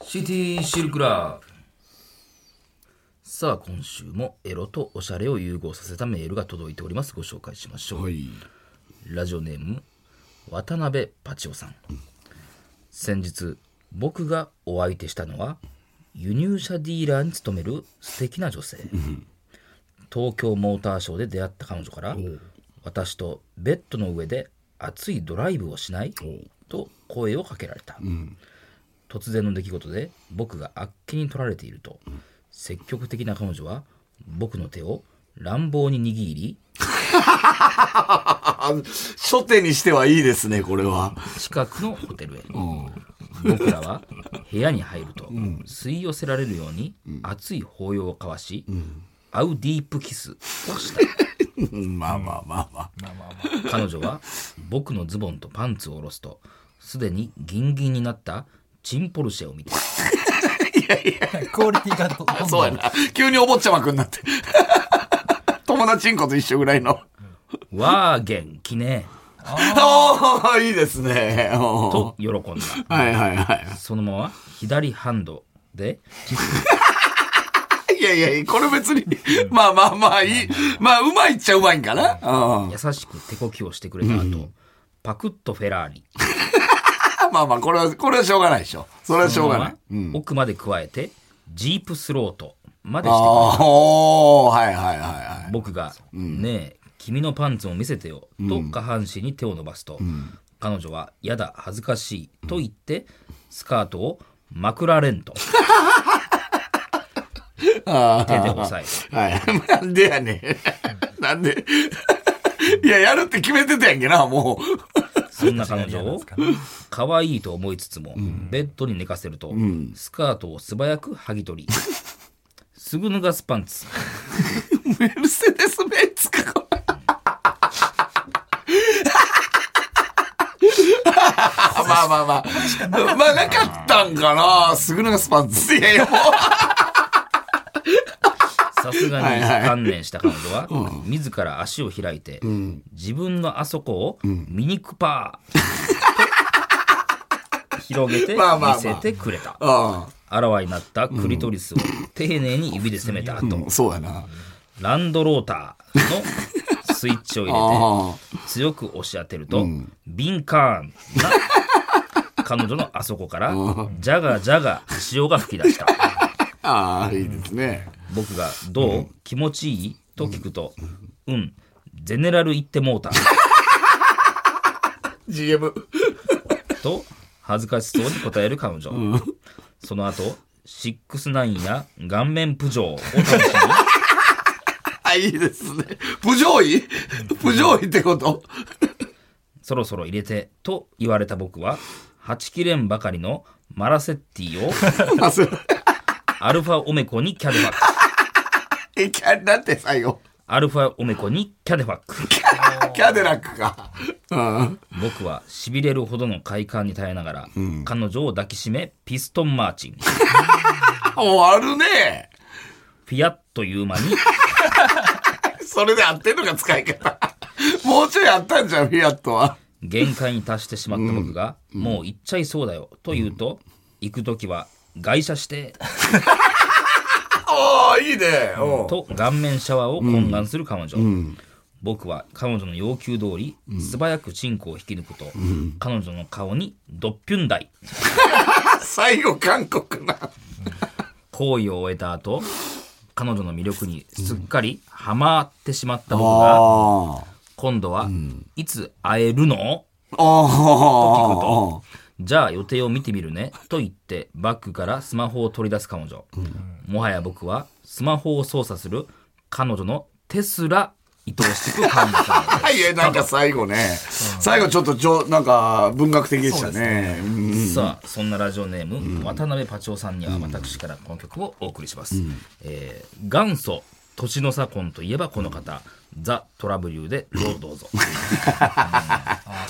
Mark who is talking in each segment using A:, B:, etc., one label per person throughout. A: CT シルクラブさあ今週もエロとおしゃれを融合させたメールが届いておりますご紹介しましょう、
B: はい。
A: ラジオネーム渡辺パチオさん先日僕がお相手したのは輸入車ディーラーに勤める素敵な女性東京モーターショーで出会った彼女から私とベッドの上で熱いドライブをしないと声をかけられた、突然の出来事で僕があっけに取られていると積極的な彼女は僕の手を乱暴に握り
B: あ、初手にしてはいいですね、これは。
A: 近くのホテルへ僕らは部屋に入ると吸い寄せられるように熱い抱擁を交わし、アウディープキスをした
B: うんまあまあまあまあ。
A: 彼女は僕のズボンとパンツを下ろすとすでにギンギンになったチンポルシェを見て
C: クオリティがどんどん
B: そうやな。急にお坊ちゃまくんなって。 友達んこと一緒ぐらいの。
A: 「わあ元気ね
B: ああ、 いいですね。」おー
A: と喜んだ
B: はいはいは
A: そのまま左ハンドで
B: い。いやいや、これ別に、まあまあまあいい。まあ、うまいっちゃうまいんかな。うん。
A: 優しく手こきをしてくれた後、パクッとフェラーリ
B: まあまあ、これは、これはしょうがないでしょ。それはしょうがない。
A: そのまま奥まで加えてジープスロートまでしてくれた
B: ああ、おーはいはいはいはい。
A: 僕が「ねえ君のパンツを見せてよ」と下半身に手を伸ばすと、彼女は「やだ恥ずかしい」と言ってスカートをまくられんと手で押さえ
B: はい。 なんでやねん。なんで。 いや、やるって決めてたやんけな、もう。
A: そんな彼女 を可愛いと思いつつも、ベッドに寝かせると、スカートを素早く剥ぎ 取りすぐ脱がすパンツ
B: メルセデス・ベンツか、 これ。まあまあまあ。まあ、なかったんかな。すぐのがスパンツ。いやいや、も
A: さすがに観念した彼女は、自ら足を開いて、自分のあそこをミニクパー と広げて
B: まあまあまあ
A: 見せてくれた。
B: う。 あ
A: あらわになったクリトリスを丁寧に指で攻めた後、
B: あ、そうやな。
A: ランドローターのスイッチを入
B: あ
A: れて強く押し当てると、敏感な彼女のあそこから、ジャガジャガ潮が吹き出した。
B: あ、ああ、いいですね。
A: 僕が「どう、気持ちいい?」と聞くと「うん、ゼネラル行っても うた」
B: GM。
A: と恥ずかしそうに答える彼女、その後シックスナインや顔面浮上を楽し
B: あ、いいですね。不条意不条意ってこと
A: みそろそろ入れてと言われた僕ははちきれんばかりのマラセッティ を
B: まあ、それ。
A: アルファオメコにキャデファック
B: え、キャ、なんて最後。
A: アルファオメコにキャデファック
B: キャデラックか。うん。
A: 僕はしびれるほどの快感に耐えながら、彼女を抱きしめピストンマーチン
B: 終わるね。
A: フィアッという間に
B: それで合ってんのが使い方。もうちょいあったんじゃん、フィアットは。
A: 限界に達してしまった僕が、もう行っちゃいそうだよと言うと、行く時は外車して
B: ああ、いいね。おう
A: と顔面シャワーを懇願する彼女、僕は彼女の要求通り、素早くチンコを引き抜くと、彼女の顔にドッピュンダイ
B: 最後、韓国な。
A: 行為を終えた後彼女の魅力にすっかりハマってしまった僕が、今度は、いつ会えるの
B: ああ。
A: じゃあ予定を見てみるねと言ってバッグからスマホを取り出す彼女、もはや僕はスマホを操作する彼女のテスラ愛おしく感じたので
B: いや、なんか最後ね。最後ちょっと、ちょ、なんか、文学的でしたね。うん
A: すさあそんなラジオネーム、渡辺パチオさんには私からこの曲をお送りします、えー元祖年の差婚といえばこの方ザ・トラブリューでどうどうぞ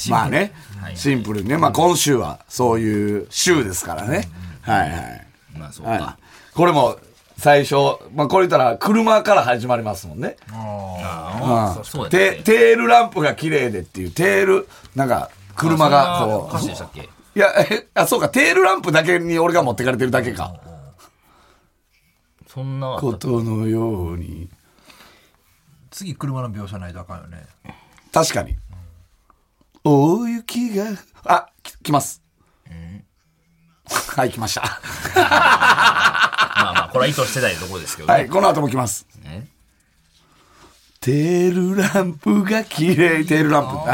B: まあね、シンプルにね。まあ今週は、そういう週ですからね。はいはい。
A: まあそうか、
B: はい、これも最初、まあ、これ言ったら車から始まりますもんね。
A: ああそうやね
B: テテールランプが綺麗でっていうテールなんか車が
A: あそんな
B: こ
A: 歌詞でしたっけ
B: ういいや、えあ、そうか、テールランプだけに俺が持ってかれてるだけか。
A: そんな
B: ことのように。
C: 次車の描写ないとあかんよね
B: 確かに。大雪が、あ、き来ます。はい、来ました。
A: まあまあこれは意図してないところですけどね、
B: はい、この後も来ます。
A: ね
B: テールランプが綺麗。テールランプ。はい、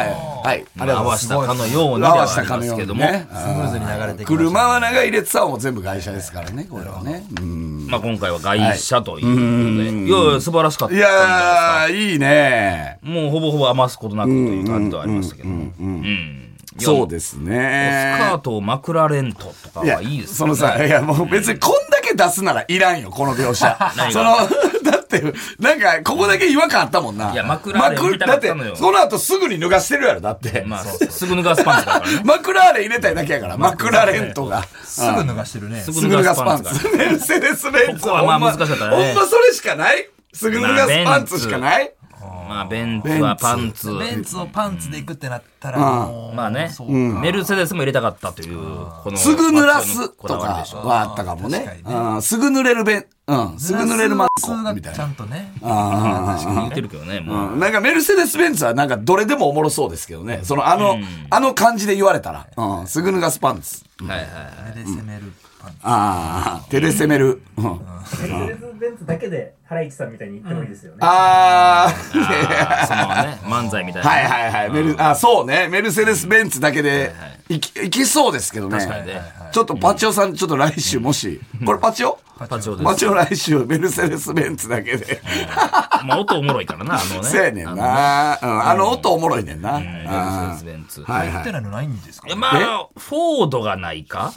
B: はい。ありがとう
A: 合
B: ございま
A: わ
B: す。
A: せたかのようにで
B: 合
A: は
B: わ
A: あ
B: せた
A: り
B: か
A: ま
B: の
A: す
B: よう
A: けど
B: に
A: も、
B: ね。
C: スムーズに流れてきました
B: 車は長い列はもう全部外車ですからね、これはね。うん
A: まあ、今回は外車ということで、い、やいや素晴らしかった
B: いやー、いいね。
A: もうほぼほぼ余すことなくという感じではありましたけどもうん
B: そうですね
A: ス。カートをマクラレントとか
B: いや、
A: はいいです
B: そのさ、いや、もう別にこんだけ出すならいらんよ、この描写。
A: 何
B: そ
A: が
B: の、 だって、なんか、ここだけ違和感あったもんな。
A: いや枕あれ
B: 枕
A: 見たかったのよ
B: だって、その後すぐに脱がしてるやろ、だって。
A: まあ、すぐ脱がすパンツだからね。
B: マクラーレン入れたいだけやから、マクラーレントが。
C: すぐ脱がしてるね
A: すぐ
B: すぐ脱がすパンツ。メ ルセデス・ベンツ。
A: ここはまあ難しかったね
B: ほんまそれしかないすぐ脱がすパンツしかない
A: まあ、ベンツはパンツ。
C: ベンツをパンツで行くってなったらもう
A: まあね
C: そう、
A: メルセデスも入れたかったという、この。
B: すぐ濡ら
A: 松尾の
B: すと
A: こだわり
B: か
A: でしょ
B: はあったかも
C: 確か
B: ね
C: に。ね
B: うんすぐ濡れるベン、うん、すぐ濡れるマンコ
C: スが
B: みたい
C: ちゃ
B: な。
C: んとね
B: あー
A: 言ってるけどね、もう。
B: うんなんかメルセデス・ベンツはなんかどれでもおもろそうですけどね。そのあの、あの感じで言われたら。うん、すぐ脱がすパンツ。
A: はいはいはい。
C: あれで攻めるパンツ
B: ああ、手で攻める。うん
D: メルセデス・ベンツだけで原市さんみたいに言ってもいいですよね。
B: ああ、
A: あーそのね、漫才みたいな。
B: はいはいはい。メル、あ、そうね。メルセデス・ベンツだけで、いき、いきそうですけどね。
A: かにね
B: ちょっとパチオさん、ちょっと来週もし、これパチオ
A: パチオです
B: パ。チオ来週、メルセデス・ベンツだけで。
A: まあ、音おもろいからな、あ のね。
B: せやねん
A: あの
B: な。うんあの音おもろいねんな。
A: メ
B: あ
A: ルセデス・ベンツ。
B: ーはい
C: 言っ
B: は
C: て
B: い。
C: ないのないんですか
A: いやまあ、フォードがないか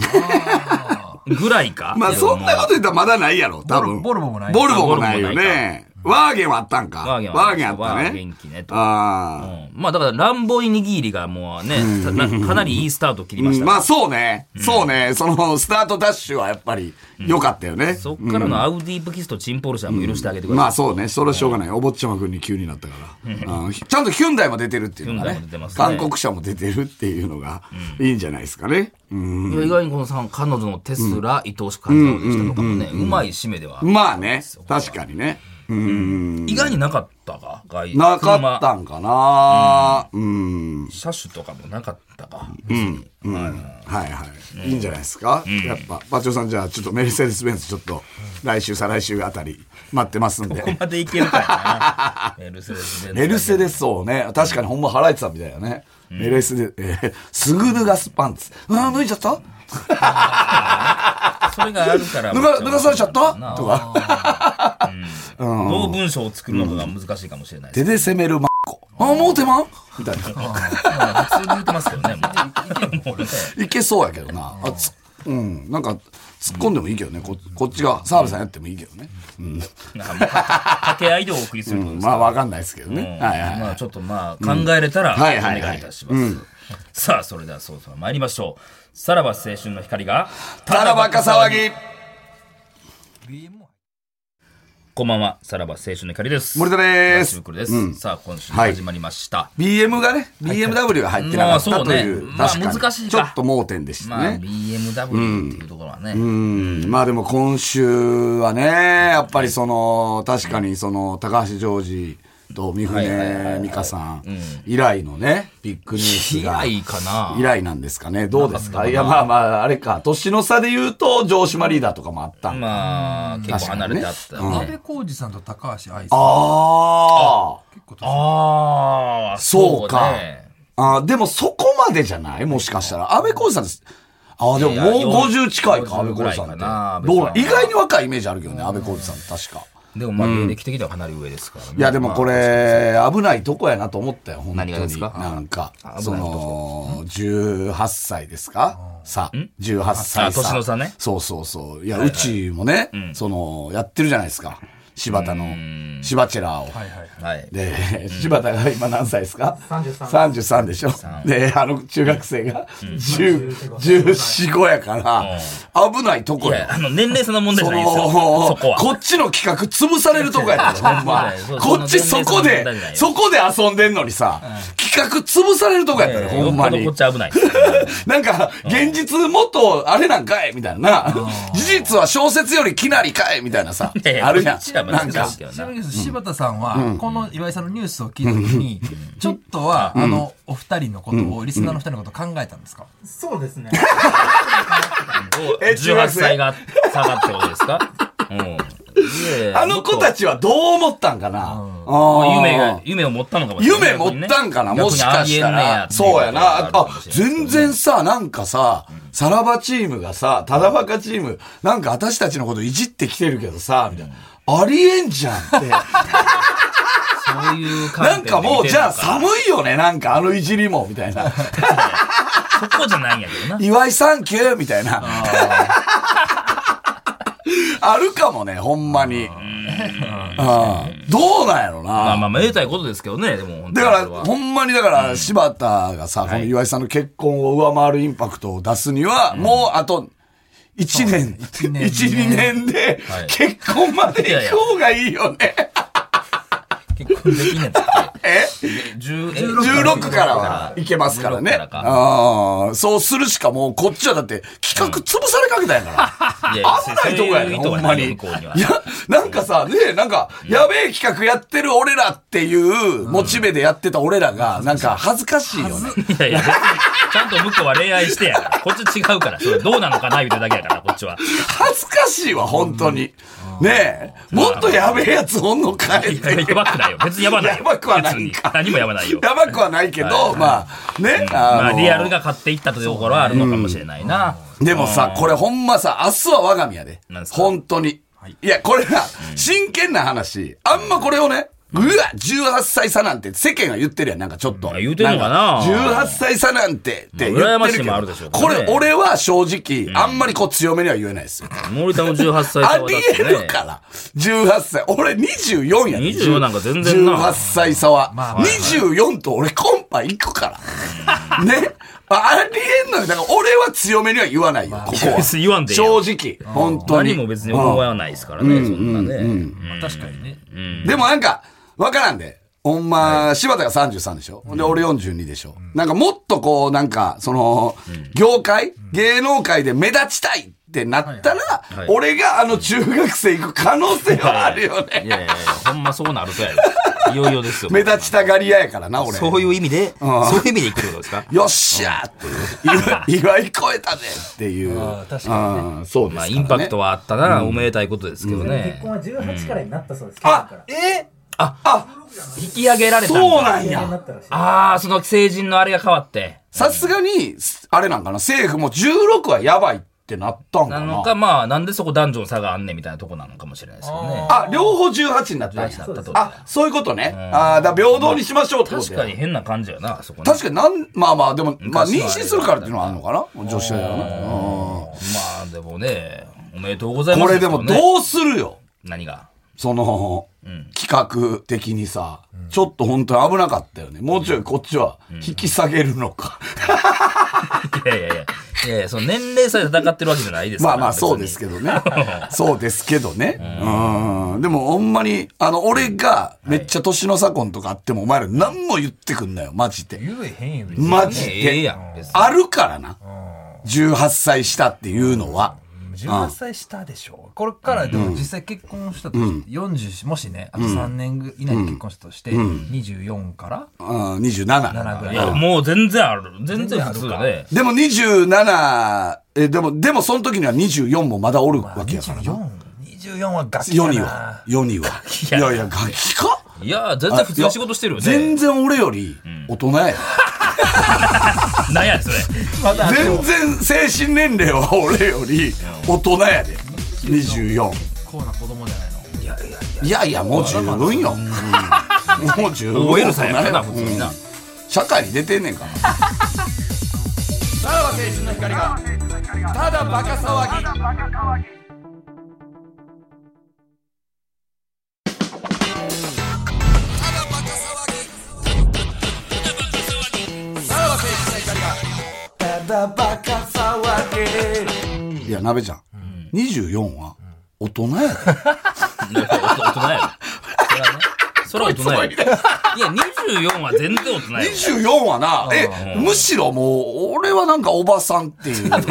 A: ぐらいか。
B: まあそんなこと言ったらまだないやろ、多分。
C: ボルボルもない
B: ボルボもないよね。ワーゲンはあったんか。
A: ワーゲンは
B: ワーゲンあった
A: ワーゲン
B: ね
A: 元。気ねと。う
B: あ
A: んまあだから、ランボイニギリがもうね、なかなりいいスタート切り
B: あ。
A: ましたから
B: まあそうね。そうね。その、スタートダッシュはやっぱり良かったよね。
A: そっからのアウディブキスとチンポルシャも許してあげてください。
B: まあそうね、それはしょうがない。お坊ちゃま君に急になったから。うんちゃんとヒュンダイも出てるっていうのが
A: ヒ
B: ね
A: ュンダイも出てま。すね
B: 韓国車も出てるっていうのがいいんじゃないですかね。うん
A: いや意外にこのさん彼女のテスラ、愛おしく感じたでしたとかもね、うまい締めでは、
B: まあね、確かにね。うん。
A: 意外になかったか、外
B: なかったんかなうん。
A: 車種とかもなかったか。
B: はいはい。いいんじゃないですか。やっぱ、バチョさんじゃあちょっとメルセデス・ベンツちょっと来週、再来週あたり待ってますんで。
A: ここまでいけるか な。メルセデス・ベンツ
B: メルセデスをね、確かにほんま払えてたみたいだね。メルセデス、えーすぐ脱がすパンツ。うわ、脱いじゃった
A: それがあるから。
B: 脱が、脱がされちゃった
A: な
B: とか。
A: どう文章を作るのかが難しいかもしれないです。
B: 手で攻めるマッコ。あ、もう手間みたいな。
A: まあ普通に言ってますけどね、もう。もうね
B: いけそうやけどな。あつうん、なんか、突っ込んでもいいけどね。ここっちが、澤部さんやってもいいけどね。うん。
A: なんかもう掛け合いでお送りすることです
B: まあ、わかんないですけど
A: うん
B: ね。はいはい。
A: まあちょっとまあ考えれたら、
B: んはいはいは
A: お
B: い
A: 願いいたします。さあ、それではそろそろ参りましょう。さらば青春の光が、
B: ただバカ騒ぎ
A: こんばんは、さらば青春の光です。
B: 森田
A: で
B: です
A: す。。です、さあ、今週も
B: はい
A: 始まりました。
B: BM がね、BMW が入ってなかったという、
A: まあそうね
B: 確
A: まあ
B: かに
A: 難しいか
B: ちょっと盲点でした
A: まあ、
B: ね。
A: BMW っていうところはね、
B: うん、まあでも今週はね、やっぱりその、確かにその、高橋ジョージと三
A: はいはいはいは
B: 船
A: い
B: 美香さん以来のね、ビッグニュース
A: 以
B: が。
A: 来かな
B: 以来なんですかね。どうですかいや、まあまあ、あれか。年の差で言うと、城島リーダーとかもあった。あ
A: まあ、結構離れてあったよ
C: 安
A: ね。
C: 倍浩二さんと高橋愛さん
B: あー
C: 結構年
A: ああ、
B: そうか
A: ね。
B: あー。でもそこまでじゃないもしかしたら。安倍浩二さんです。ああ、でもも
A: いや
B: う50近いか、安倍
A: 40ぐ
B: 浩
A: ら
B: 二
A: い
B: さ
A: か
B: ん
A: な
B: って。どうな
A: 安倍
B: 意
A: さんは
B: 外に若いイメージあるけどね、安倍浩二さんって確か。
A: でもまあ、芸歴的にはかなり上ですからね。
B: いやでもこ
A: まあ
B: れ危ないとこやなと思ったよ本当に
A: 何がですか
B: なんか
A: い
B: その18歳ですかさ18
A: あ
B: 歳
A: 年の差ね
B: そうそうそういやうちもねそのやってるじゃないですか柴田の柴チェラーを
C: はいはい
A: はい。
B: で、柴田が今何歳ですか
D: 33
B: ?33 でしょで、あの中学生が10 14、5やから、危ないと
A: い
B: こ
A: や
B: や、。
A: あの、年齢差の問題じゃ
B: そ
A: ないですよ。そ
B: の
A: こは。
B: こっちの企画潰されるとこやで、ほんま
A: そうそう。
B: こっちそこで
A: そう、
B: そこで遊んでんのにさ、企企画潰されるとこやったね、
A: えー
B: ほんまに
A: よっぽどこっ。ちは危ない。
B: なんか、現実もっとあれなんかいみたいな。事実は小説よりきなりかいみたいなさ
A: いやい。や
B: あるや
A: こっちは
B: ん。
A: まだ
B: なん
A: 難
B: か
A: しい。けど
C: ちな
A: な
C: み。に柴田さんは、この岩井さんのニュースを聞いたときに、ちょっとは、あの、お二人のことを、リスナーの二人のことを考えたんですか
D: そうです ね。
B: え中
A: 18
B: 学生
A: 歳が下がってことですかうん。
B: あの子た
A: ち、
B: ちはどう思ったんかな
A: もっ
B: あ
A: と
B: ー
A: 夢が、夢を持ったのかもしれない。
B: 夢持ったんかな、
A: 逆にね
B: もしかしたら。
A: 逆に
B: そう
A: ありえ
B: や
A: んね
B: な。
A: や
B: あ、
A: っていうことがるか
B: あ
A: もしれない
B: 全然さ、なんかさ、さらばチームがさ、ただばかチーム、なんか私たちのこといじってきてるけどさ、みたいな。ありえんじゃ んって。
A: そういう観
B: な
A: 点
B: ん
A: で
B: かも
A: 見
B: う、
A: て
B: じ
A: る
B: ゃ
A: の
B: あ寒いよね、なんかあのいじりも、みた い
A: そ
B: な。
A: こじゃないんやけどな。
B: 岩井サンキューみたいな。 あるかもね、ほんまに。うんどうなんやろな。
A: まあまあまあ、言いたいことですけどね、でも本当
B: だ
A: に
B: か
A: これは。
B: ら、ほんまにだから、柴田がさ、この岩井さんの結婚を上回るインパクトを出すには、もうあと、1年、
C: そうね
B: 1、
C: 一
B: 2年
C: 年
B: で
A: はい、
B: 結婚まで行こうがいいよね。
A: 結婚できんねんだって。
B: え
A: 10
B: 16からはいけますからね。
A: 16からか
B: ああ、そうするしかもうこっちはだって企画潰されかけたんやから。
A: いやいや
B: 危ないとこや
A: そうい
B: ね
A: う意図
B: ほ
A: は
B: ん
A: な
B: ま
A: い
B: に。
A: よ
B: い
A: 向こうには
B: や、なんかさ、ねえなんか、やべえ企画やってる俺らっていうモチベでやってた俺らが、なんか恥ずかしいよね。
A: いやいや、別にちゃんと向こうは恋愛してやから。こっち違うから。それどうなのかな言うてるだけやから、こっちは。
B: 恥ずかしいわ、本当に。ねえ、もっとやべえやつおんのかいっ
A: いや
B: て。
A: やばくないよ。別にやばないよ。
B: やばくはないんか
A: 別に何もやばないよ。
B: やばくはないけど、まあ、ね、
A: まあ、
B: の
A: リアルが買っていったところはあるのかもしれないな。
B: でもさ、これほんまさ、明日は我が身やで
A: なん。すか
B: 本当に。い、や、これな、真剣な話。あんまこれをね、うわ、18歳差なんて世間が言ってるやん。なんかちょっと。
A: ん言うてんのかなん
B: か ?18 歳差なんてって言ってるけ
A: ま
B: ど。
A: あ羨ましいもあるでしょうから
B: こ
A: ね
B: れ、俺は正直、あんまりこう強めには言えないですよ。
A: 森田も18歳
B: あ
A: 差はだっ
B: り
A: て
B: える
A: ね。
B: から。18歳。俺24やで
A: 24なんか全然な
B: 18歳差は。
C: まあまあ
B: 24と俺コンパ行 くから。ね。ありえんのよ。だから俺は強めには言わないよ。ここは。
A: 別に言わんでいいやん
B: 正直。本当に。
A: 何も別に思わないですからね、そんなね。
C: まあ確かにね。
B: うんでもなんか、わからんで。ほんま、柴田が33でしょで、俺42でしょなんかもっとこう、なんか、その、業界芸能界で目立ちたいってなったら
A: いはい、
B: 俺があの中学生行く可能性はあるよ
A: い
B: ね。
A: やいやいや、ほんまそうなるとやろ。いよいよですよ。
B: 目立ちたがり屋やからな、俺。
A: そういう意味で、そういう意味でいくってこと ですか
B: よっしゃー っていう。祝い超えたぜっていう。
C: ああ確か
B: ああそ
A: ま
B: うですから
A: あ、
B: ね。
A: インパクトはあったな、おめでたいことですけど
D: 結
A: ね
D: 婚。は18からになったそうです。去年か
B: あ
D: ら、
B: え
A: 引き上げられたんだ
B: そうな
D: 成
B: ん
D: 年にな
B: や。
D: ったらしい。
A: ああ、その成人のあれが変わって。
B: さすがに、あれなんかな、政府も16はやばいってなったんか
A: な
B: な。
A: のか、まあ、なんでそこ男女の差があんねんみたいなとこなのかもしれないですけどね。
B: あ、両方18になったん
A: 大事
B: や
A: だ。ったとこ
B: あ、そういうことね。ああ、だから平等にしましょうってこと
A: 確
B: や
A: かに。変な感じやな、あそこね
B: 確かになん、まあまあ、でも、まあ、
A: 昔はあれ
B: 妊
A: だ
B: 娠
A: った
B: するからっていうのはあるのかな女子だよ
A: まあ、でもね、おめでとうござい
B: な。
A: ま
B: こ
A: す。
B: れでも、
A: ね
B: どうするよ。
A: 何が
B: その、企画的にさ、ちょっと本当に危なかったよね。もうちょいこっちは引き下げるのか。
A: いやいやいや、いやいや、その年齢差で戦ってるわけじゃないですか
B: まあ
A: ら。
B: まあそうですけどね。そうですけ どね。うん。でもほんまに、あの、俺がめっちゃ年の差婚とかあってもお前ら何も言ってくんなよ、マジで。
C: 言えへんよ、別に
B: マ
A: 別に。
B: ジ
A: ねええ
B: で。
A: やん、別に
B: あるからな。18歳したっていうのは。
C: 18歳下でしょこれからでも実際結婚したとして、40もしねあと3年以内に結婚したとして、24から
B: うん、27。
C: 7ぐら
A: い
C: い
A: や、もう全然ある。全然普通だね。
B: でも27、え、でも、でもその時には24もまだおるわけやからな。
C: 2424はガキ
B: 世
C: だ
B: に
C: な
B: は。世には。いやいや、ガキか
A: いや、全然普通に仕事してるよね。
B: 全然俺より大人 や。
A: なんやねんそれ。
C: まだ
B: 全然精神年齢は俺より大人やで24
C: こうな子供じゃないの
B: いやいやもう十分 よ、うんもう十分
A: OL さんやからな、
B: 大
A: 普
B: 人
A: 通
B: よ
A: にな。
B: 社会に出てんねんからさらば青春の光がただバカ騒ぎいや鍋ちゃん、24は大人やで
A: 大人やろ。それはねそれは大人 や。いや、24は全然大人や。
B: 24はな、え、むしろもう、俺はなんかおばさんっ ていう、
C: 言っ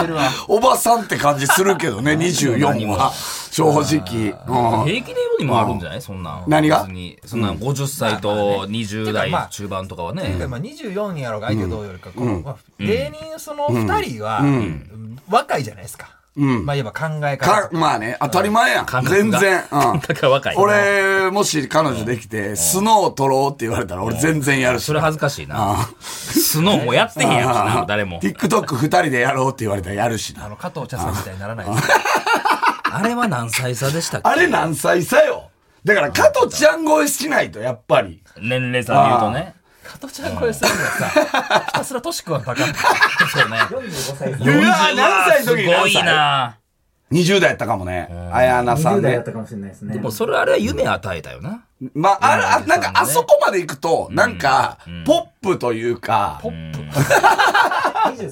C: てるわ。
B: おばさんって感じするけどね、24は。正直。うん
A: 平気で世にもあるんじゃないそんなん。
B: 何が
A: 別にそんなん50歳と20代中盤とかはね。
C: まあ24にやろうが相手どうよりか、このまあ芸人その2人は若いじゃないですか。まあ言えば考え
B: か
C: 方。、
B: まあね、当たり前やん
A: 感。覚
B: 全
A: が
B: 然。うん
A: 感覚が若い。、
B: 俺、もし彼女できて、スノーを取ろうって言われたら、俺全然やるし。
A: それ恥ずかしいな。スノーもやってへんやろな、誰も。
B: TikTok 二人でやろうって言われたらやるし
C: あ
B: な。
C: の、加藤茶さんみたいにならないですか。
A: あれは何歳差でしたっけ
B: あれ何歳さよ。だから、加藤ちゃん超えしないと、やっぱり。
A: 年齢差で言うとね。
C: 加藤ちゃん声するのはさ、ひたすらトシ君はバカって。
A: そうね。
D: 45歳差
B: うわ何歳の時
A: す
B: に
A: ご
B: 何歳
A: いな。
B: 20代やったかもね。あやなさ
D: 20
B: ん
D: 代だっ
B: で。
D: たかもしれないですね。
A: でもそれあれは夢与えたよな。
B: まあ、ああ、なんか、あそこまで行くと、なんか、ポップというか、
D: 23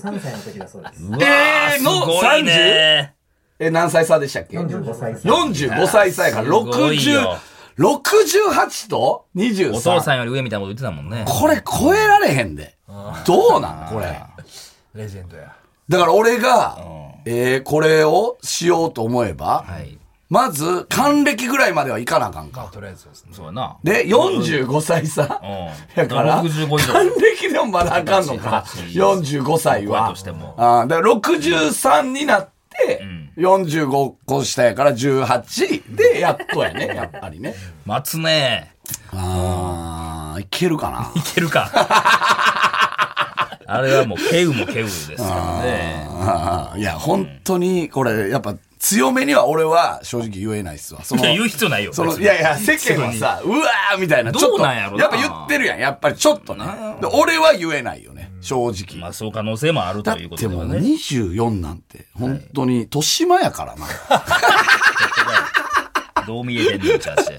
D: 歳の時だそうです。
B: えーの
A: すごいね。
B: え、何歳差でしたっけ
D: 45歳差。
B: 45歳差やから、
A: すごい
B: 60
A: よ、
B: 68と
A: お父さ
B: 23。
A: んより上みたいなこと言ってたもんね。
B: これ超えられへんで。どうなんこれ。
C: レジェンドや。
B: だから俺が、えーこれをしようと思えば、
A: はい。
B: まず、還暦ぐらいまではいかなあかん
C: まあ
B: か。
C: とりあえずですね。
A: そうやな。
B: で、45歳差
A: うん
B: やから、還
A: 65以上
B: 暦でもまだあかんのか。45歳
A: 怖い
B: は
A: とし。ても。
B: あーだから63になって、45個下やから18で、やっとやね、やっぱりね。
A: 待つね。
B: あー、いけるかな。
A: いける か。あれはもう、ケウもケウですからね。
B: あ ーいや、本当に、これ、やっぱ、強めには俺は正直言えないっすわ。そ
A: い
B: の
A: や、言う必要ないよ。
B: その
A: 別
B: い
A: に
B: やいや、世間はさ、うわーみたいな、ちょっ
A: どう
B: と、
A: なんや
B: や
A: ろ
B: っ
A: な
B: ぱ言ってるやん、やっぱりちょっとね。で俺は言えないよね、正
A: ま
B: 直。
A: あ、そう可能性もある
B: だ
A: という
B: っ
A: こ
B: て
A: とで
B: も
A: は
B: う
A: ね。
B: 24なんて、本当に、豊島やからな。
A: どう見えてんねん、チャーシー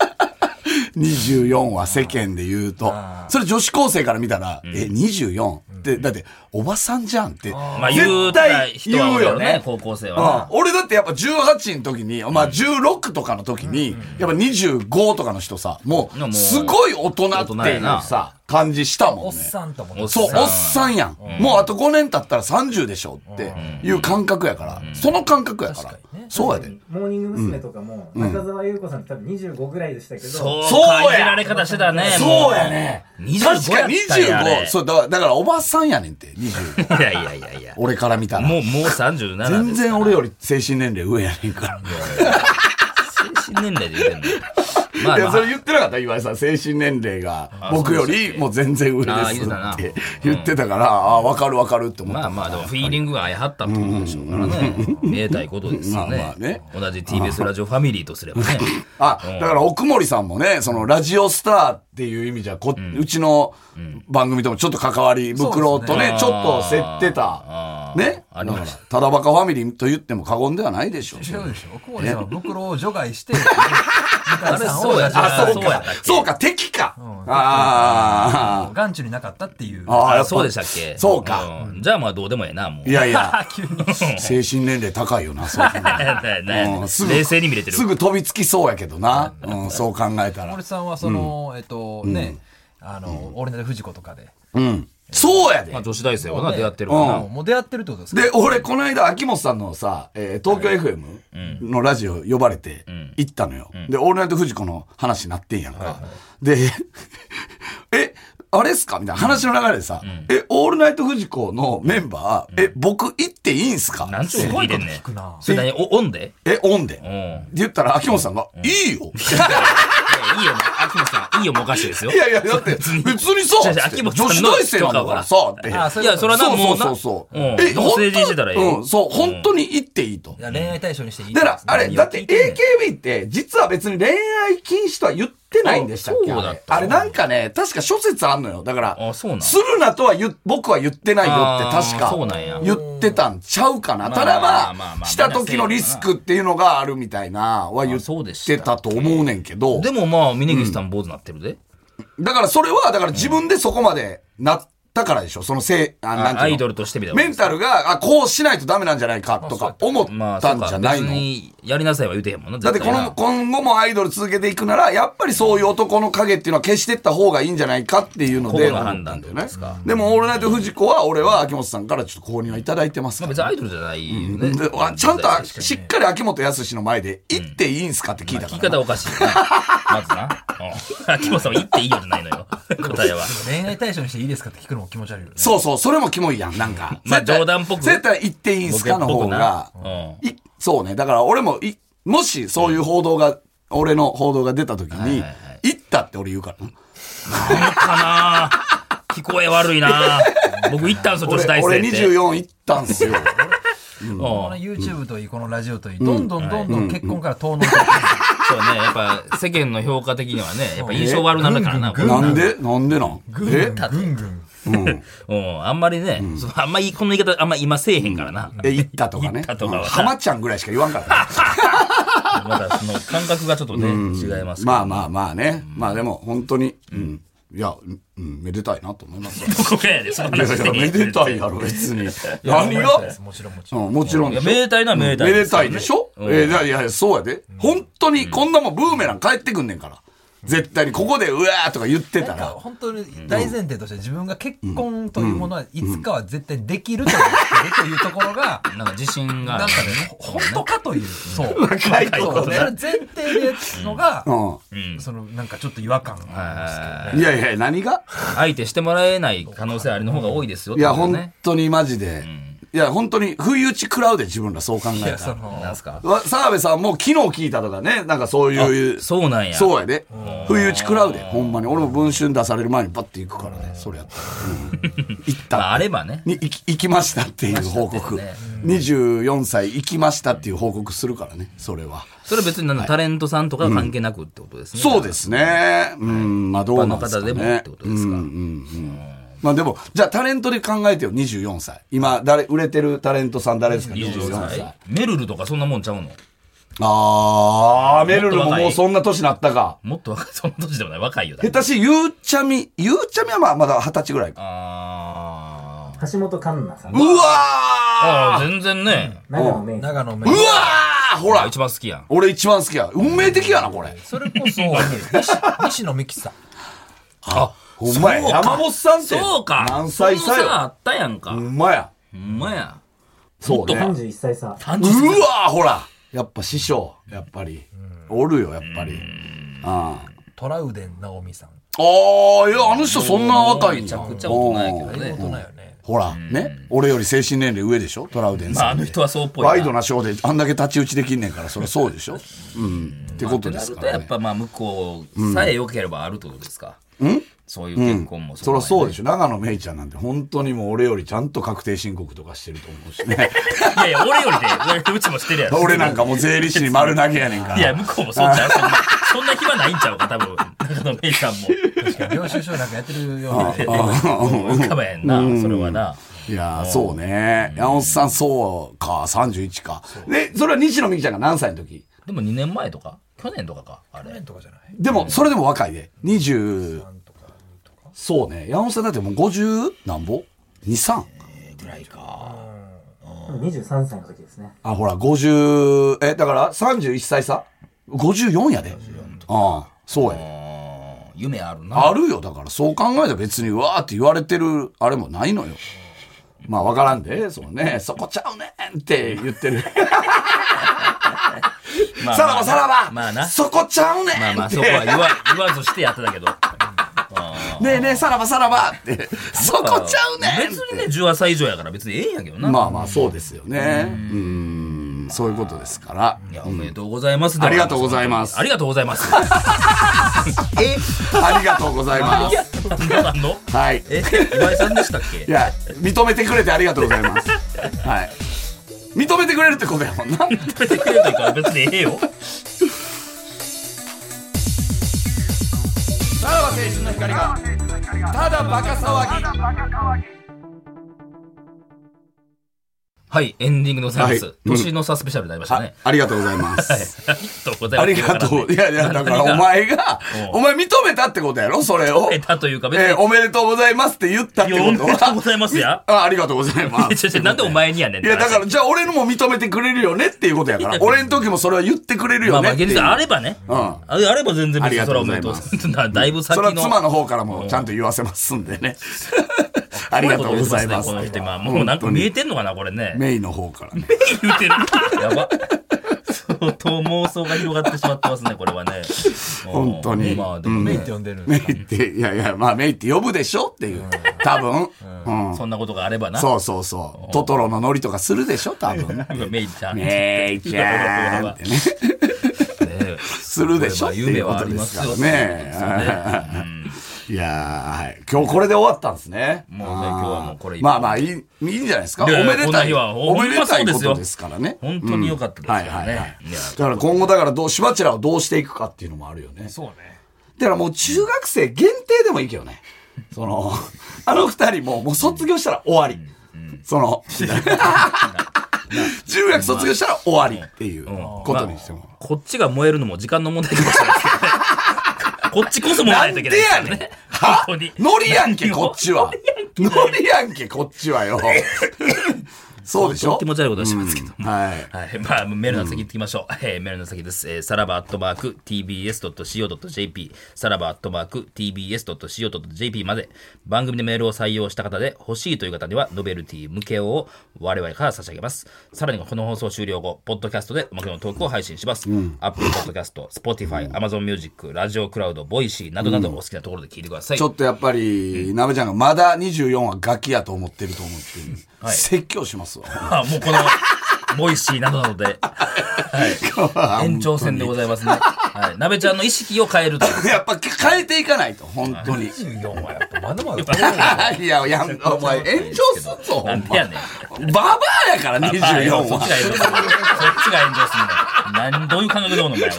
B: 24は世間で言うと。それ女子高生から見たら、え、24? って、だって、おばさんじゃんって。
A: まあ、言うた
B: 絶対
A: 人は
B: 言
A: お
B: う
A: る
B: よ
A: よね
B: ね、。
A: 高校生
B: うん
A: は
B: 俺だってやっぱ18の時に、まあ16とかの時に、やっぱ25とかの人さ、も
A: いやも
B: う
A: う
B: すごい大人って
A: 大人
B: い
A: や
B: う
A: な
B: さ、感じした
C: お
B: も
C: っ
B: んね。
C: さんと思って
A: おっ
B: そう、
A: さん
B: おっさんやん。もうあと5年経ったら30でしょっていう感覚やから、その感覚やから
C: 確かにね。
B: そうやで。
D: モーニング娘。とかも、中澤優子さんって多分25ぐらいでしたけど、
A: な。そう、
B: そうや
A: 感じられ方してたね。も
B: そうやね。
A: 25
B: 確かに
A: やったんやあれ
B: 25。そう、だからだからおばさんやねんって、25。
A: いやいやいやいや。
B: 俺から見たら。
A: もう、もう37で
B: 全
A: す。
B: 然俺より精神年齢上やねんから。
A: 精神年齢で言ってんの。まあ
B: いや、
A: ま
B: それ
A: あ、
B: 言ってなかった岩井さん。精神年齢が僕よりもう全然上で
A: あ
B: す
A: そうでしたっ
B: っ
A: け
B: て 言ってたから、ああ、わかるわかるって思っ
A: ま
B: た。
A: あまあ、でもフィーリングがあやはったってことでしょうからね。見えたいことですよ
B: まあまあね
A: ね。同じ TBS ラジオファミリーとすれば ね。
B: あ、だから奥森さんもね、そのラジオスターっていう意味じゃ、こ、うちの番組ともちょっと関わり、袋とね、ちょっと競ってた
A: あ。ー
B: ね。
A: ありました
B: だからただバカファミリーと言っても過言ではないでしょう。
C: 違うでしょ。小森さんは袋を除 外して、向
A: あ
C: 井
A: れ
C: さん
A: そ
C: を
A: うや
C: ラジオ
A: あ
B: あ、そう
A: そうやっ
B: か
A: たっけ。
B: そうか、敵か。あ
C: 眼中になかったっていう。
B: あ。ああ、や
A: あ
B: っぱ
A: そうでしたっけ
B: そうか。
A: うんじゃあまあどうでもええな、もう。
B: いや いや、
C: 急に。
B: 精神年齢高いよな、そう考えたら
A: ねね
B: うんすぐ
A: 冷静に見れてる
B: す。ぐ飛びつきそうやけどな。うん、そう考えたら
C: 小森。さんはその、えっと、ね、あの、俺の藤子とかで。
B: うん。そうやで
A: まあ。女子大生はな、
C: ね
A: 出会ってるからな。
B: う
C: もう出会ってるってことですか
B: で、俺、この間、秋元さんのさ、えー東京 FM のラジオ呼ばれて、行ったのよ。で、オールナイト富士子の話になってんやんか。で、 え、あれっすかみたいな話の流れでさ、え、オールナイト富士子のメンバー、え、僕行っていいんすか
A: なんちゅう声でんねん
C: くな。
A: それ何お、オンで
B: え、オンで。
A: うん。いや
B: って言ったら、秋元さんが、いい よ。
A: いいよ、もう秋元さん。いいよ、もうおかしいですよ。
B: いやいや、だって、別にさ、
A: 違う違う
B: つって
A: 秋
B: 女
A: 元さんの
B: 子大生なんだからさ、って。
C: あ
A: いや、それはな、
B: そ
A: も
B: うそうう
A: な。
B: そうそう。
A: ん。同性人してたらええ
B: う
A: よ
B: ん、。そう、本当に行っていいと
C: い。や恋愛対象にしていいんで
B: だ
C: す
B: か
C: ね
B: ら、あれ、だって AKB って、実は別に恋愛禁止とは言ってないんでしたっけ
A: あそうだ
B: あ
A: っ
B: れ
A: た
B: あれなんかね、確か諸説あんのよ。だから、
A: あ、そうなん。
B: するなとは言う僕は言ってないよ
A: あー
B: って確か
A: そうなんや
B: 言ってたんちゃうかな。
A: まあ
B: た
A: ま
B: だ
A: あまあ
B: ま
A: ま
B: あ、
A: あ
B: した時のリスクっていうのがあるみたいなは言
A: あそうで
B: っ
A: してた
B: たと思うねんけど、
A: でもまあ、峯岸さん坊主なってるで。
B: だからそれは、だから自分でそこまでなっったからでしょそのせい、あなんていうの
A: アイドルとしてみたいな
B: メンタルが、あ、こうしないとダメなんじゃないかとか思っ
A: まあ、そ
B: た
A: うん
B: じ
A: か
B: ゃない
A: 別
B: の、
A: にやりなさいは言うてへんもんな。
B: だってこ
A: 絶対
B: の
A: な
B: 今後もアイドル続けていくならやっぱりそういう男の影っていうのは消していった方がいいんじゃないかっていうので
A: ここの判断ってことですか
B: でも「オールナイトフジコ」は俺は秋元さんからちょっと購入はいただいてます
A: ま
B: か
A: あ
B: ら
A: 別にアイドルじゃないよ
B: う
A: ね。
B: んでわちゃんとあ
A: 確かに
B: しっかり秋元康の前で「行っていいんすか?」って聞いた
A: 聞き
B: から
A: 方おかしいよな。まずな。うん秋元さんは言っていいよじゃないの よ。答えは。
C: 恋愛対象にしていいですかって聞くのも気持ち悪いよね。
B: そうそうそれもキモいやんなんか
A: まあ冗談っぽく
B: 絶対行っていいんすか?」の方が
A: 僕っぽくなうん
B: いそうねだから俺もいもしそういう報道が俺の報道が出た時に「行った」って俺言うからな
A: かな聞こえ悪いな僕行ったんすよ、女子大
B: 俺
A: 生
B: 俺
A: って。
B: 24行ったんすよ
A: うん
C: この YouTube といい、このラジオといい、どんどんどんどん結婚から遠のいていく
A: そうね、やっぱ世間の評価的にはね、やっぱ印象悪なんだからな。
C: え
A: 僕
B: なんでなんでなんえ
C: ぐんぐん。
A: うん、あんまりね、そのあんまりこの言い方、あんま今せえへんからな。
B: え、行ったとか
A: 行
B: ね
A: っ。たとかは
B: うん浜ちゃんぐらいしか言わ んから。
A: まだその感覚がちょっとね、違います
B: まあ
A: あ。
B: まあまあね。まあでも、本当に、うん。いや、うんうん、めでたいなと思いますよ。
A: どこかやで、その
B: いや
A: 話
B: い
A: し
B: や、
A: て
B: めでたいやろ、別に。何が
C: もちろんもち
B: う
C: ろん。
B: ん、もちろん
A: い
B: で
A: や
B: しょ。
A: めでたいのはめでたい
B: め
A: で
B: です
A: よ
B: た
A: ね
B: いでしょ
A: うん
B: え、いやいや、そうやで。本当に、こんなもんブーメラン帰ってくんねんから。絶対に、ここで、うわーとか言ってた。
C: なんから本当に大前提として自分が結婚というものはいつかは絶対できるというというところが、
A: なんか自信がある
C: なんかね、本当かという、そう。
B: 若い
C: そう
B: 子
C: そ
B: ね
C: れ。前提でやつのが、
B: う
A: うん
C: そのなんかちょっと違和感があ
B: ん。いやいや、何が
A: 相手してもらえない可能性ありの方が多いですよっ
B: い
A: て
B: や、
A: こと
B: 本
A: ね。
B: 当にマジで。いや、本当に、不意打ち食らうで、自分ら、そう考
C: りますけどね。い
B: えたら
C: や、そ。の、
A: なんすか
B: わ澤部さんも昨日聞いたとかね、なんかそういう、そ
A: そうなんや。
B: うやで。不意打ち食らうで、ほんまに。俺も文春出される前にバッて行くからね、それやったら。うん行っ た。
A: まああればね。
B: に行き行きましたっていう報告、24歳行きましたっていう報告するからねそれは、
A: それは別になんだタレントさんとかは関係なくってことですね。
B: そうですねうんまあどうなんです
A: 一般の方
B: か
A: でもっ
B: ね
A: てことですか
B: うんうんうんまあでもじゃあタレントで考えてよ24歳今誰売れてるタレントさん誰ですか24
A: 24
B: 歳
A: 歳。メルルとかそんなもんちゃうの
B: ああめるるももうそんな年なったか
A: もっと若い、その年でもない。若いよ。だ
B: 下手し、ゆうちゃみ、ゆうちゃみはまあまだ二十歳ぐらいか。
A: あー
D: 橋本環奈さん
B: う。わ
A: あー、全然ね。
D: 長野めいさん。
C: 長野め
B: ーうわーほら
A: 一番好きやん。
B: 俺一番好きや。運命的やな、これ。
C: それこそ、西西野美紀さん。
B: あ、ほんまや。
A: そうか
B: 山本さんって。
A: そうか。
B: 何歳
A: その
B: 差
A: さ、あ
B: よ。
A: ったやんか。
B: ほ
A: ほ
B: んまや。
A: んまや。
B: そうね。うわ
D: 31歳差。
A: 単純に
B: ーほら。やっぱ師匠。やっぱり。おるよ、やっぱり。ああ。
C: トラウデン直 美さん。
B: ああ、いや、あの人そんな若い
A: め
B: ん
A: ち
B: や
A: ゃくちゃ大人やけど
C: 大人
A: ね。
C: よね。
B: ほら、ね。俺より精神年齢上でしょトラウデ
A: ま
B: ン
A: あ、
B: さ
A: あ
B: ん
A: の
B: って。
A: 人はそうっぽいな。
B: ワイドなショーであんだけ太刀打ちできんねんから、それそうでしょうん。ってことです
A: っ
B: か
A: てなるとや
B: らね
A: っ。ぱまあ向こうさえ良ければあるってことですか、そういう結婚も
B: そりゃそうで
A: ょ
B: しょ。長野めいちゃんなんて本当にもう俺よりちゃんと確定申告とかしてると思うしね。
A: いやいや俺よりね俺うちもしてるやろ
B: 俺なんかもう税理士に丸投げやねんから。
A: いや向こうもそうちゃうそんなそんな暇ないんちゃうか多分中野芽さんも
C: 確かに領収書なんかやってるような。
A: 浮かばへんなそれはない
B: やー、そうね。山本さん、そうか、31か。で、それは西野美紀ちゃんが何歳の時
A: でも2年前とか去年とかかあ
C: 去
A: れ
C: 年とかじゃない
B: でも、それでも若いで。20、
C: なんとかにとか。
B: そうね。山本さんだってもう50何ぼ ?2、3?
A: ぐらいか
D: 23歳の時ですね。
B: あ、ほら、50、え、だから31歳差 ?54 やで。ああ、そうやで。
A: うん夢あるな
B: あるよ。だから、そう考えたら別に、うわーって言われてる、あれもないのよ。まあ、わからんで、そのね、そこちゃうねんって言ってる。
A: まあ
B: さらばさらば、
A: まあな
B: そこちゃうねんって。
A: まあまあそこは言わ言わずしてやってたけど
B: ねえねえ、さらばさら ばって、そこちゃうねんっ
A: 別
B: て
A: にね18歳以上やから別にええんやけどな
B: まあまあ、そうですよね。うん、そういうことですから。
A: いやおめでとうございますで
B: あ
A: は
B: りがとうございます
A: ありがとうございます
B: ありがとうござ います。
A: あんの
B: はい。
A: え岩井さんでしたっけ
B: いや、認めてくれてありがとうございます。はい。認めてくれるってことやもんな。
A: 食べてくれというから別にええよ
B: さらば青春の光がただバカ騒ぎ。
A: はい、エンディングでございます。
B: はい
A: 年の差スペシャルになりました
B: あ
A: ね。
B: ありがとうございます。
A: ありがとうござい
B: あ
A: ます。
B: りがとう。いやいや、だから
A: 何が
B: お前が、お前認めたってことやろそれを。
A: えたというか、別に。
B: えーおめでとうございますって言ったっ
A: い
B: て
A: や
B: こ
A: おめ
B: と
A: でとうご
B: は。
A: ざいますや。
B: あ、ありがとうございま
A: いや
B: す。
A: ちょちょなんでお前にやねんっ
B: い
A: て
B: や、
A: 話。
B: だから、じゃあ俺のも認めてくれるよねっていうことやから。俺の時もそれは言ってくれる
A: ま
B: よ
A: あま
B: ね
A: あ、
B: ってい
A: 現
B: う。
A: 実あればね。
B: うん
A: ああれば全然
B: ありがとうござい
A: それはお
B: ま
A: め
B: す
A: でとう だだいぶ先
B: それは
A: の。
B: 妻の方からもちゃんと言わせますんでね。ありがとうございます
A: こ。の人今、もうなんか見えてんのかな、これね。
B: メイの方からね。
A: 言うてる。やば。 相当妄想が広がってしまってますね、これは ね。
B: 本当に
A: まあ、でも
C: メイ
A: ね
C: っ、て呼んでるんで
B: メ
C: す
B: イって、いやいや、まあメイって呼ぶでしょっていう。多分。うん。
A: そんなことがあればな。
B: そうそうそう。トトロのノリとかするでしょ 多分。
A: メイちゃん。
B: メイちゃんっ てね。
A: ね
B: するでしょ
A: まあ
B: ってい
A: 夢
B: うこ
A: はあ
B: と
A: り
B: で
A: ますす
B: か
A: よ
B: らね。 いやーはい。今日これで終わったんですね。
A: もうね
B: あー
A: 今日はもうこれ一本
B: まあまあいい、いいんじゃないですか。お
A: いやいや
B: めで
A: こんな
B: た
A: 日
B: い。
A: は
B: おめでた
A: ほ
B: いこ
A: んまそう
B: と
A: で
B: ですす
A: よ
B: からね。
A: 本当に良かったですよ
B: は
A: ね
B: いはいはい
A: いや。
B: だから今後だからどう、しばちらをどうしていくかっていうのもあるよね。
C: そうね
B: だからもう中学生限定でもいいけどね。その、 あの二人ももう卒業したら終わり。そ の、中学卒業したら終わりっていうことにしても。
A: こっちが燃えるのも時間の問題かもしれないですけどねこっちこそ燃えないといけないですから
B: なんで
A: ね
B: やねん。は
A: 本当に
B: ノリやんけ、こっちは。ノリやんけ、こっち はよ。そうでしょ
A: 気持ち悪いことはしますけど。
B: はい。
A: はい。 まあ、メールの先行ってきましょう。 えーメールの先です。えーさらばアットマーク tbs.co.jp、さらばアットマーク tbs.co.jp まで、番組でメールを採用した方で欲しいという方には、ノベルティ向けを我々から差し上げます。さらにこの放送終了後、ポッドキャストでおまけのトークを配信します。アップルポッドキャスト、Spotify、Amazon Music、ラジオクラウド、ボイシーなどなどお好きなところで聞いてください。
B: ちょっとやっぱり、なべちゃんがまだ24はガキやと思ってると思ってる、
A: はい
B: 説教しますわ。
A: あもうこの、 ボイシーなどなどで、 はい、延長戦でございますね。はい。鍋ちゃんの意識を変えるという。
B: やっぱ変えていかないと、本当に。
C: 24はやっぱまだまだ
B: いや、やん、お前炎上すんぞ、ほ
A: なん
B: ん
A: で
B: ま
A: やねん。
B: ババアやから、24
A: そっちが
B: は。
A: 炎上する。そっちが炎上すんの。なんどういう感覚でおんのお前は。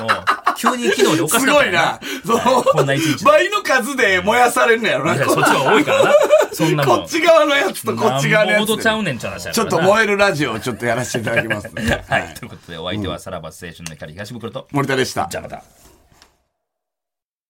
A: もう 急に昨日でおかし
B: す
A: かっ
B: ご
A: た
B: い
A: よ
B: な。その
A: こんな一日で
B: 倍の数で燃やされんのやろ
A: いや
B: な。
A: そっちが多いからな。そんなもん。
B: こっち側のやつとこっち側の
A: なんぼほ
B: やつで
A: どちゃうねんちゃう話や
B: ち
A: から
B: ょっ
A: な
B: と燃えるラジオをちょっ とやらせていただきますね。
A: はい。ということで、お相手はさらば青春の光東袋と、
B: 森田でした。
A: じゃあまた。